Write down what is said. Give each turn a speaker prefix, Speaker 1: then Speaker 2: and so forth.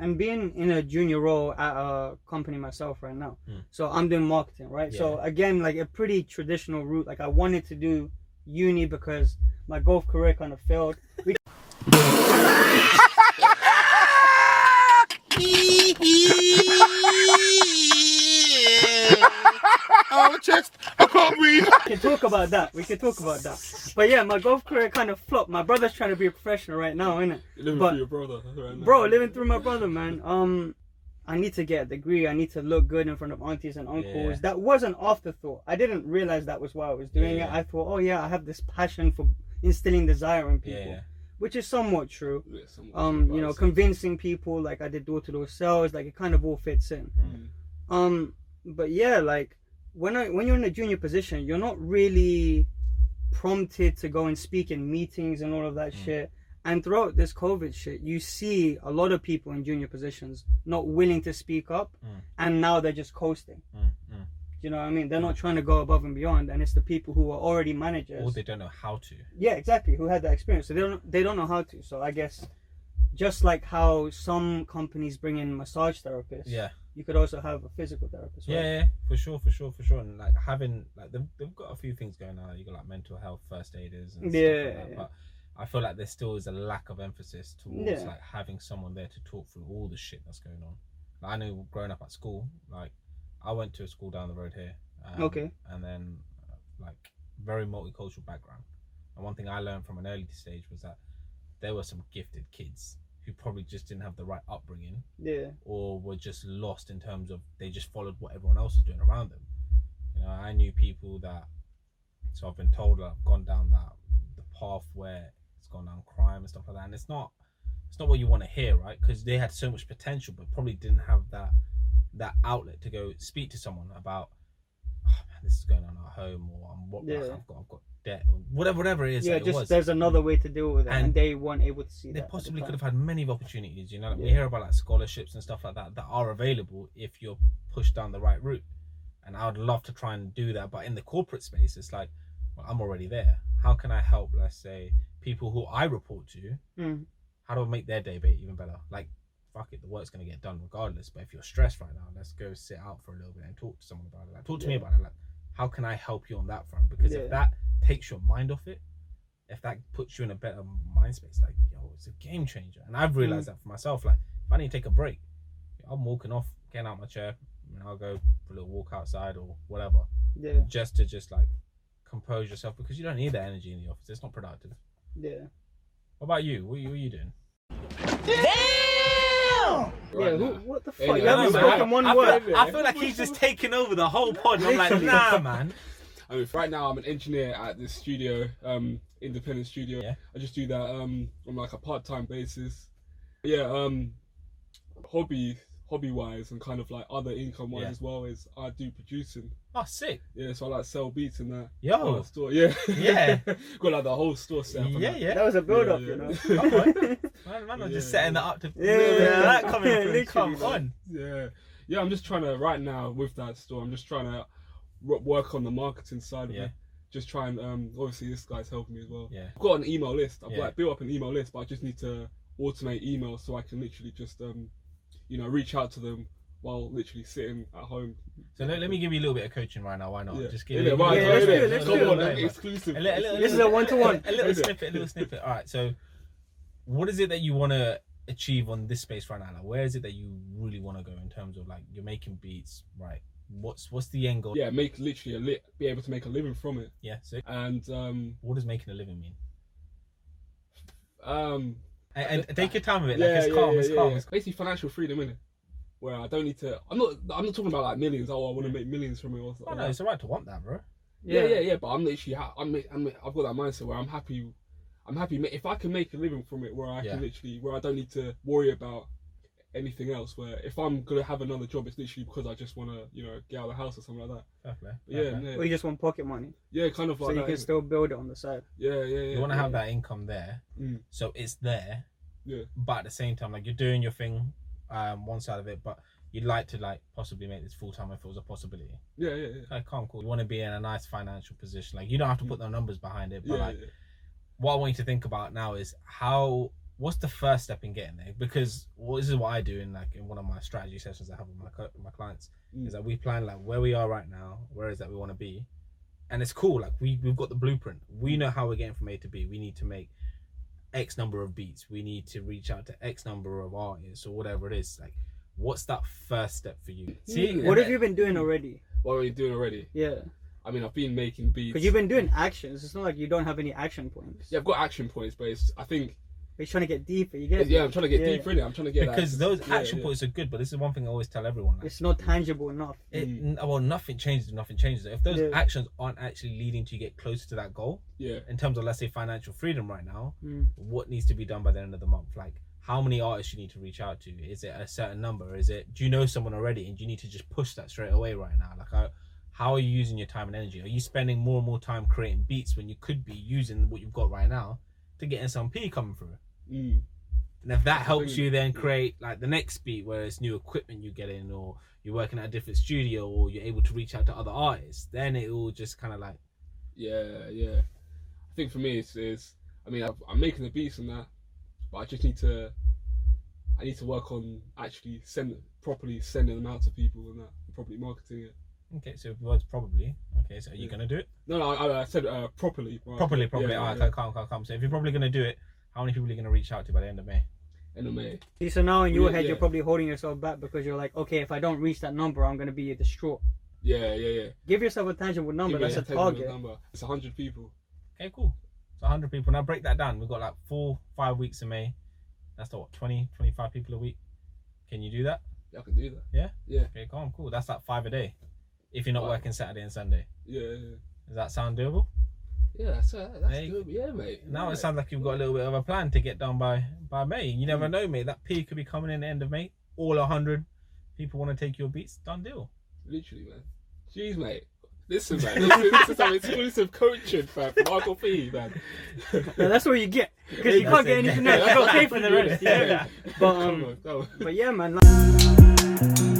Speaker 1: I'm being in a junior role at a company myself right now.
Speaker 2: Mm.
Speaker 1: So I'm doing marketing, right? So again, like a pretty traditional route. Like I wanted to do uni because my golf career kind of failed. We
Speaker 3: Oh, chest. I can't breathe.
Speaker 1: can talk about that. We can talk about that. But yeah, my golf career kind of flopped. My brother's trying to be a professional right now, isn't it?
Speaker 2: Living
Speaker 1: But-
Speaker 2: for your brother, right now.
Speaker 1: Bro, living through my brother, man. Um, I need to get a degree. I need to look good in front of aunties and uncles.
Speaker 2: Yeah.
Speaker 1: That was an afterthought. I didn't realize that was why I was doing
Speaker 2: Yeah.
Speaker 1: it. I thought, oh yeah, I have this passion for instilling desire in people,
Speaker 2: Yeah.
Speaker 1: which is somewhat true.
Speaker 3: Yeah, someone
Speaker 1: Um, you know,
Speaker 3: advised.
Speaker 1: convincing people like I did door to door sales, like it kind of all fits in.
Speaker 2: Mm.
Speaker 1: Um, but yeah, like when I when you're in a junior position, you're not really prompted to go and speak in meetings and all of that
Speaker 2: Mm.
Speaker 1: shit. And throughout this COVID shit, you see a lot of people in junior positions not willing to speak up,
Speaker 2: Mm.
Speaker 1: and now they're just coasting.
Speaker 2: Mm, mm.
Speaker 1: You know what I mean? They're not trying to go above and beyond, and it's the people who are already managers.
Speaker 2: Or they don't know how to.
Speaker 1: Yeah, exactly. Who had that experience? So they don't they don't know how to. So I guess just like how some companies bring in massage therapists,
Speaker 2: Yeah.
Speaker 1: you could also have a physical therapist. right?
Speaker 2: Yeah, yeah, for sure, for sure, for sure. And like having like they've, they've got a few things going on. You got like mental health first aiders and stuff
Speaker 1: Yeah.
Speaker 2: like that. But I feel like there still is a lack of emphasis towards
Speaker 1: Yeah.
Speaker 2: like having someone there to talk through all the shit that's going on. Like I know growing up at school, like I went to a school down the road here. um,
Speaker 1: Okay.
Speaker 2: And then uh, like very multicultural background. And one thing I learned from an early stage was that there were some gifted kids who probably just didn't have the right upbringing
Speaker 1: Yeah.
Speaker 2: or were just lost in terms of they just followed what everyone else was doing around them. You know, I knew people that, so I've been told that I've gone down that the path where it's gone down crime and stuff like that, and it's not, it's not what you want to hear, right? Because they had so much potential, but probably didn't have that that outlet to go speak to someone about. Oh man, this is going on at home, or I'm what like,
Speaker 1: Yeah.
Speaker 2: I've got, I've got debt, or whatever, whatever it is.
Speaker 1: yeah,
Speaker 2: that it
Speaker 1: just
Speaker 2: was.
Speaker 1: there's another way to deal with it, and,
Speaker 2: And
Speaker 1: they weren't able to see
Speaker 2: They
Speaker 1: that. at the
Speaker 2: possibly
Speaker 1: time.
Speaker 2: could have had many of opportunities. You know, like we
Speaker 1: Yeah.
Speaker 2: hear about like scholarships and stuff like that that are available if you're pushed down the right route. And I would love to try and do that, but in the corporate space, it's like, well, I'm already there. How can I help? Let's say people who I report to.
Speaker 1: Mm.
Speaker 2: How do I make their day bit even better? Like, fuck it, the work's gonna get done regardless. But if you're stressed right now, let's go sit out for a little bit and talk to someone about it. Like, talk to me
Speaker 1: Yeah.
Speaker 2: about it. Like, how can I help you on that front? Because
Speaker 1: Yeah.
Speaker 2: if that takes your mind off it, if that puts you in a better mind space, like yo, it's a game changer. And I've realized
Speaker 1: Mm.
Speaker 2: that for myself. Like if I need to take a break, I'm walking off, getting out my chair, and I'll go for a little walk outside or whatever,
Speaker 1: Yeah,
Speaker 2: just to just like compose yourself because you don't need that energy in the office. It's not productive.
Speaker 1: yeah,
Speaker 2: What about you? What are you, what are you doing?
Speaker 1: yeah.
Speaker 3: Right
Speaker 1: Who,
Speaker 3: now.
Speaker 1: what the
Speaker 3: Hey,
Speaker 1: fuck? you
Speaker 3: no,
Speaker 1: haven't
Speaker 3: no,
Speaker 1: spoken
Speaker 3: man.
Speaker 1: one
Speaker 2: I feel,
Speaker 1: word.
Speaker 2: like, I feel like he's just taking over the whole pod. And I'm like,
Speaker 1: Literally.
Speaker 2: nah, man.
Speaker 3: I mean, right now I'm an engineer at this studio, um, independent studio.
Speaker 2: Yeah.
Speaker 3: I just do that um on like a part-time basis. Yeah, um, hobby, hobby-wise and kind of like other income-wise
Speaker 2: Yeah.
Speaker 3: as well is I do producing.
Speaker 2: Oh, sick.
Speaker 3: Yeah, so I like sell beats and that.
Speaker 2: Yo.
Speaker 3: Oh, store. Yeah,
Speaker 2: Yeah.
Speaker 3: Got like the whole store set. up and
Speaker 2: Yeah,
Speaker 3: that.
Speaker 2: yeah.
Speaker 1: That was a build-up,
Speaker 3: Yeah,
Speaker 1: you know.
Speaker 3: yeah.
Speaker 2: Man, man, I'm just
Speaker 3: Yeah.
Speaker 2: setting that up to
Speaker 1: Yeah,
Speaker 2: that
Speaker 1: yeah,
Speaker 2: coming
Speaker 1: yeah,
Speaker 2: through.
Speaker 1: literally,
Speaker 2: Come
Speaker 1: man.
Speaker 2: on.
Speaker 3: Yeah, yeah. I'm just trying to right now with that store. I'm just trying to wo- work on the marketing side of
Speaker 2: Yeah.
Speaker 3: it. Just try and um, obviously this guy's helping me as well.
Speaker 2: Yeah.
Speaker 3: I've got an email list. I've
Speaker 2: Yeah.
Speaker 3: like built up an email list, but I just need to automate email so I can literally just um, you know, reach out to them while literally sitting at home.
Speaker 2: So let, let me give you a little bit of coaching right now. Why not?
Speaker 3: Yeah.
Speaker 2: Just give
Speaker 3: Innit?
Speaker 2: you a
Speaker 3: Why
Speaker 1: Yeah,
Speaker 3: not?
Speaker 1: let's do
Speaker 3: Innit?
Speaker 1: it, let's
Speaker 3: Come
Speaker 1: do it,
Speaker 3: on,
Speaker 1: man.
Speaker 3: exclusive.
Speaker 2: A li- a little-
Speaker 1: This is a one-to-one.
Speaker 2: A little
Speaker 3: Innit?
Speaker 2: snippet, a little snippet. All right. So, what is it that you want to achieve on this space right now? Like, where is it that you really want to go in terms of like you're making beats, right? What's what's the end goal?
Speaker 3: Yeah, make literally a li- be able to make a living from it.
Speaker 2: Yeah. So,
Speaker 3: And um,
Speaker 2: what does making a living mean?
Speaker 3: um,
Speaker 2: And, and take your time with it. Like,
Speaker 3: yeah,
Speaker 2: it's
Speaker 3: yeah,
Speaker 2: calm.
Speaker 3: yeah,
Speaker 2: it's
Speaker 3: yeah,
Speaker 2: calm.
Speaker 3: yeah.
Speaker 2: It's
Speaker 3: Basically, financial freedom, innit? Where I don't need to. I'm not. I'm not talking about like millions. Oh, I want to make millions from it. Or
Speaker 2: calm.
Speaker 3: something.
Speaker 2: Oh, no, it's all right to want that, bro.
Speaker 3: yeah, yeah, yeah. But I'm literally. Ha- I'm, I'm. I've got that mindset where I'm happy. I'm happy ma- if I can make a living from it, where I
Speaker 2: Yeah.
Speaker 3: can literally, where I don't need to worry about anything else. Where if I'm gonna have another job, it's literally because I just want to, you know, get out of the house or something like that.
Speaker 2: Fair play.
Speaker 3: But yeah,
Speaker 2: fair play.
Speaker 3: yeah,
Speaker 1: We just want pocket money,
Speaker 3: yeah, kind of
Speaker 1: so
Speaker 3: like
Speaker 1: you
Speaker 3: that.
Speaker 1: can
Speaker 3: innit?
Speaker 1: still build it on the side.
Speaker 3: yeah, yeah, yeah.
Speaker 2: You want to
Speaker 3: yeah.
Speaker 2: have that income there,
Speaker 3: Mm.
Speaker 2: so it's there.
Speaker 3: Yeah.
Speaker 2: But at the same time, like you're doing your thing, um, one side of it, but you'd like to like possibly make this full time if it was a possibility.
Speaker 3: Yeah, yeah, yeah.
Speaker 2: I can't call. You want to be in a nice financial
Speaker 3: Mm.
Speaker 2: position. Like you don't have to put the numbers behind it, but
Speaker 3: Yeah,
Speaker 2: like what I want you to think about now is how what's the first step in getting there? Because well, this is what I do in like in one of my strategy sessions I have with my co- my clients
Speaker 3: Mm.
Speaker 2: is that we plan like where we are right now, where is that we want to be, and it's cool. Like we we've got the blueprint.
Speaker 3: Mm.
Speaker 2: We know how we're getting from A to B. We need to make X number of beats. We need to reach out to X number of artists or whatever it is. Like, what's that first step for you? See,
Speaker 3: Mm.
Speaker 2: and
Speaker 1: What have
Speaker 2: then-
Speaker 1: you been doing already?
Speaker 3: What are you doing already?
Speaker 1: Yeah,
Speaker 3: I mean, I've been making beats.
Speaker 1: because you've been doing actions. It's not like you don't have any action points.
Speaker 3: yeah, I've got action points, but it's, I think
Speaker 1: You're trying to get deeper. You get
Speaker 3: yeah, I'm trying to get
Speaker 1: Yeah.
Speaker 3: deeper in it. I'm trying to get that-
Speaker 2: because those
Speaker 3: yeah,
Speaker 2: action
Speaker 3: yeah.
Speaker 2: points are good, but this is one thing I always tell everyone. Like,
Speaker 1: It's not tangible enough.
Speaker 2: it, n- well, nothing changes. if Nothing changes. If those
Speaker 1: Yeah.
Speaker 2: actions aren't actually leading to you get closer to that goal,
Speaker 3: Yeah,
Speaker 2: in terms of let's say financial freedom right now,
Speaker 1: Mm.
Speaker 2: what needs to be done by the end of the month? Like how many artists you need to reach out to? Is it a certain number? Is it do you know someone already and you need to just push that straight away right now? Like how how are you using your time and energy? Are you spending more and more time creating beats when you could be using what you've got right now to get SMP coming through?
Speaker 3: mm.
Speaker 2: And if that
Speaker 3: the
Speaker 2: helps
Speaker 3: thing.
Speaker 2: you then create like the next beat where it's new equipment you get in or you're working at a different studio or you're able to reach out to other artists, then it all just kind of like
Speaker 3: yeah, yeah. I think for me, it's, it's I mean, I've, I'm making the beats and that, but I just need to, I need to work on actually send properly sending them out to people and that, properly marketing it.
Speaker 2: okay, so words probably. Okay, so are you
Speaker 3: Yeah.
Speaker 2: gonna do it? Ah,
Speaker 3: No, no, I, I said uh, properly. marketing.
Speaker 2: Properly, properly.
Speaker 3: Yeah,
Speaker 2: Alright,
Speaker 3: yeah,
Speaker 2: Calm, calm, calm. So if you're probably gonna do it, how many people are you gonna reach out to by the end of May?
Speaker 3: yeah. NMA.
Speaker 1: See, so now in your
Speaker 3: Yeah,
Speaker 1: head, you're
Speaker 3: yeah.
Speaker 1: probably holding yourself back because you're like, okay, if I don't reach that number, I'm gonna be distraught.
Speaker 3: Yeah, yeah, yeah.
Speaker 1: Give yourself a tangible number.
Speaker 3: Give me
Speaker 1: That's a
Speaker 3: that technical
Speaker 1: target.
Speaker 3: Number. It's hundred people.
Speaker 2: Okay, cool. So 100 people. Now break that down. We've got like four, five weeks in May. That's the, what 20, 25 people a week. Can you do that?
Speaker 3: Yeah, I can do that.
Speaker 2: Okay, calm, cool. That's like five a day. If you're not
Speaker 3: Wow.
Speaker 2: working Saturday and Sunday,
Speaker 3: Yeah, yeah. yeah.
Speaker 2: does that sound doable?
Speaker 3: Yeah, that's uh, that's
Speaker 2: Hey,
Speaker 3: good. Yeah, mate.
Speaker 2: Now
Speaker 3: yeah.
Speaker 2: it sounds like you've got a little bit of a plan to get done by by May. You never know, mate. That P could be coming in the end of May. All 100 people want to take your beats. Done deal.
Speaker 3: literally, man. Jeez, mate. Listen, man. This is, this is some exclusive coaching, fam. From Michael Fee, man.
Speaker 1: Yeah, that's what you get because you can't get anything else. You got to pay for the rest. You know that. But, um,
Speaker 3: Come on, come on.
Speaker 1: But yeah, man.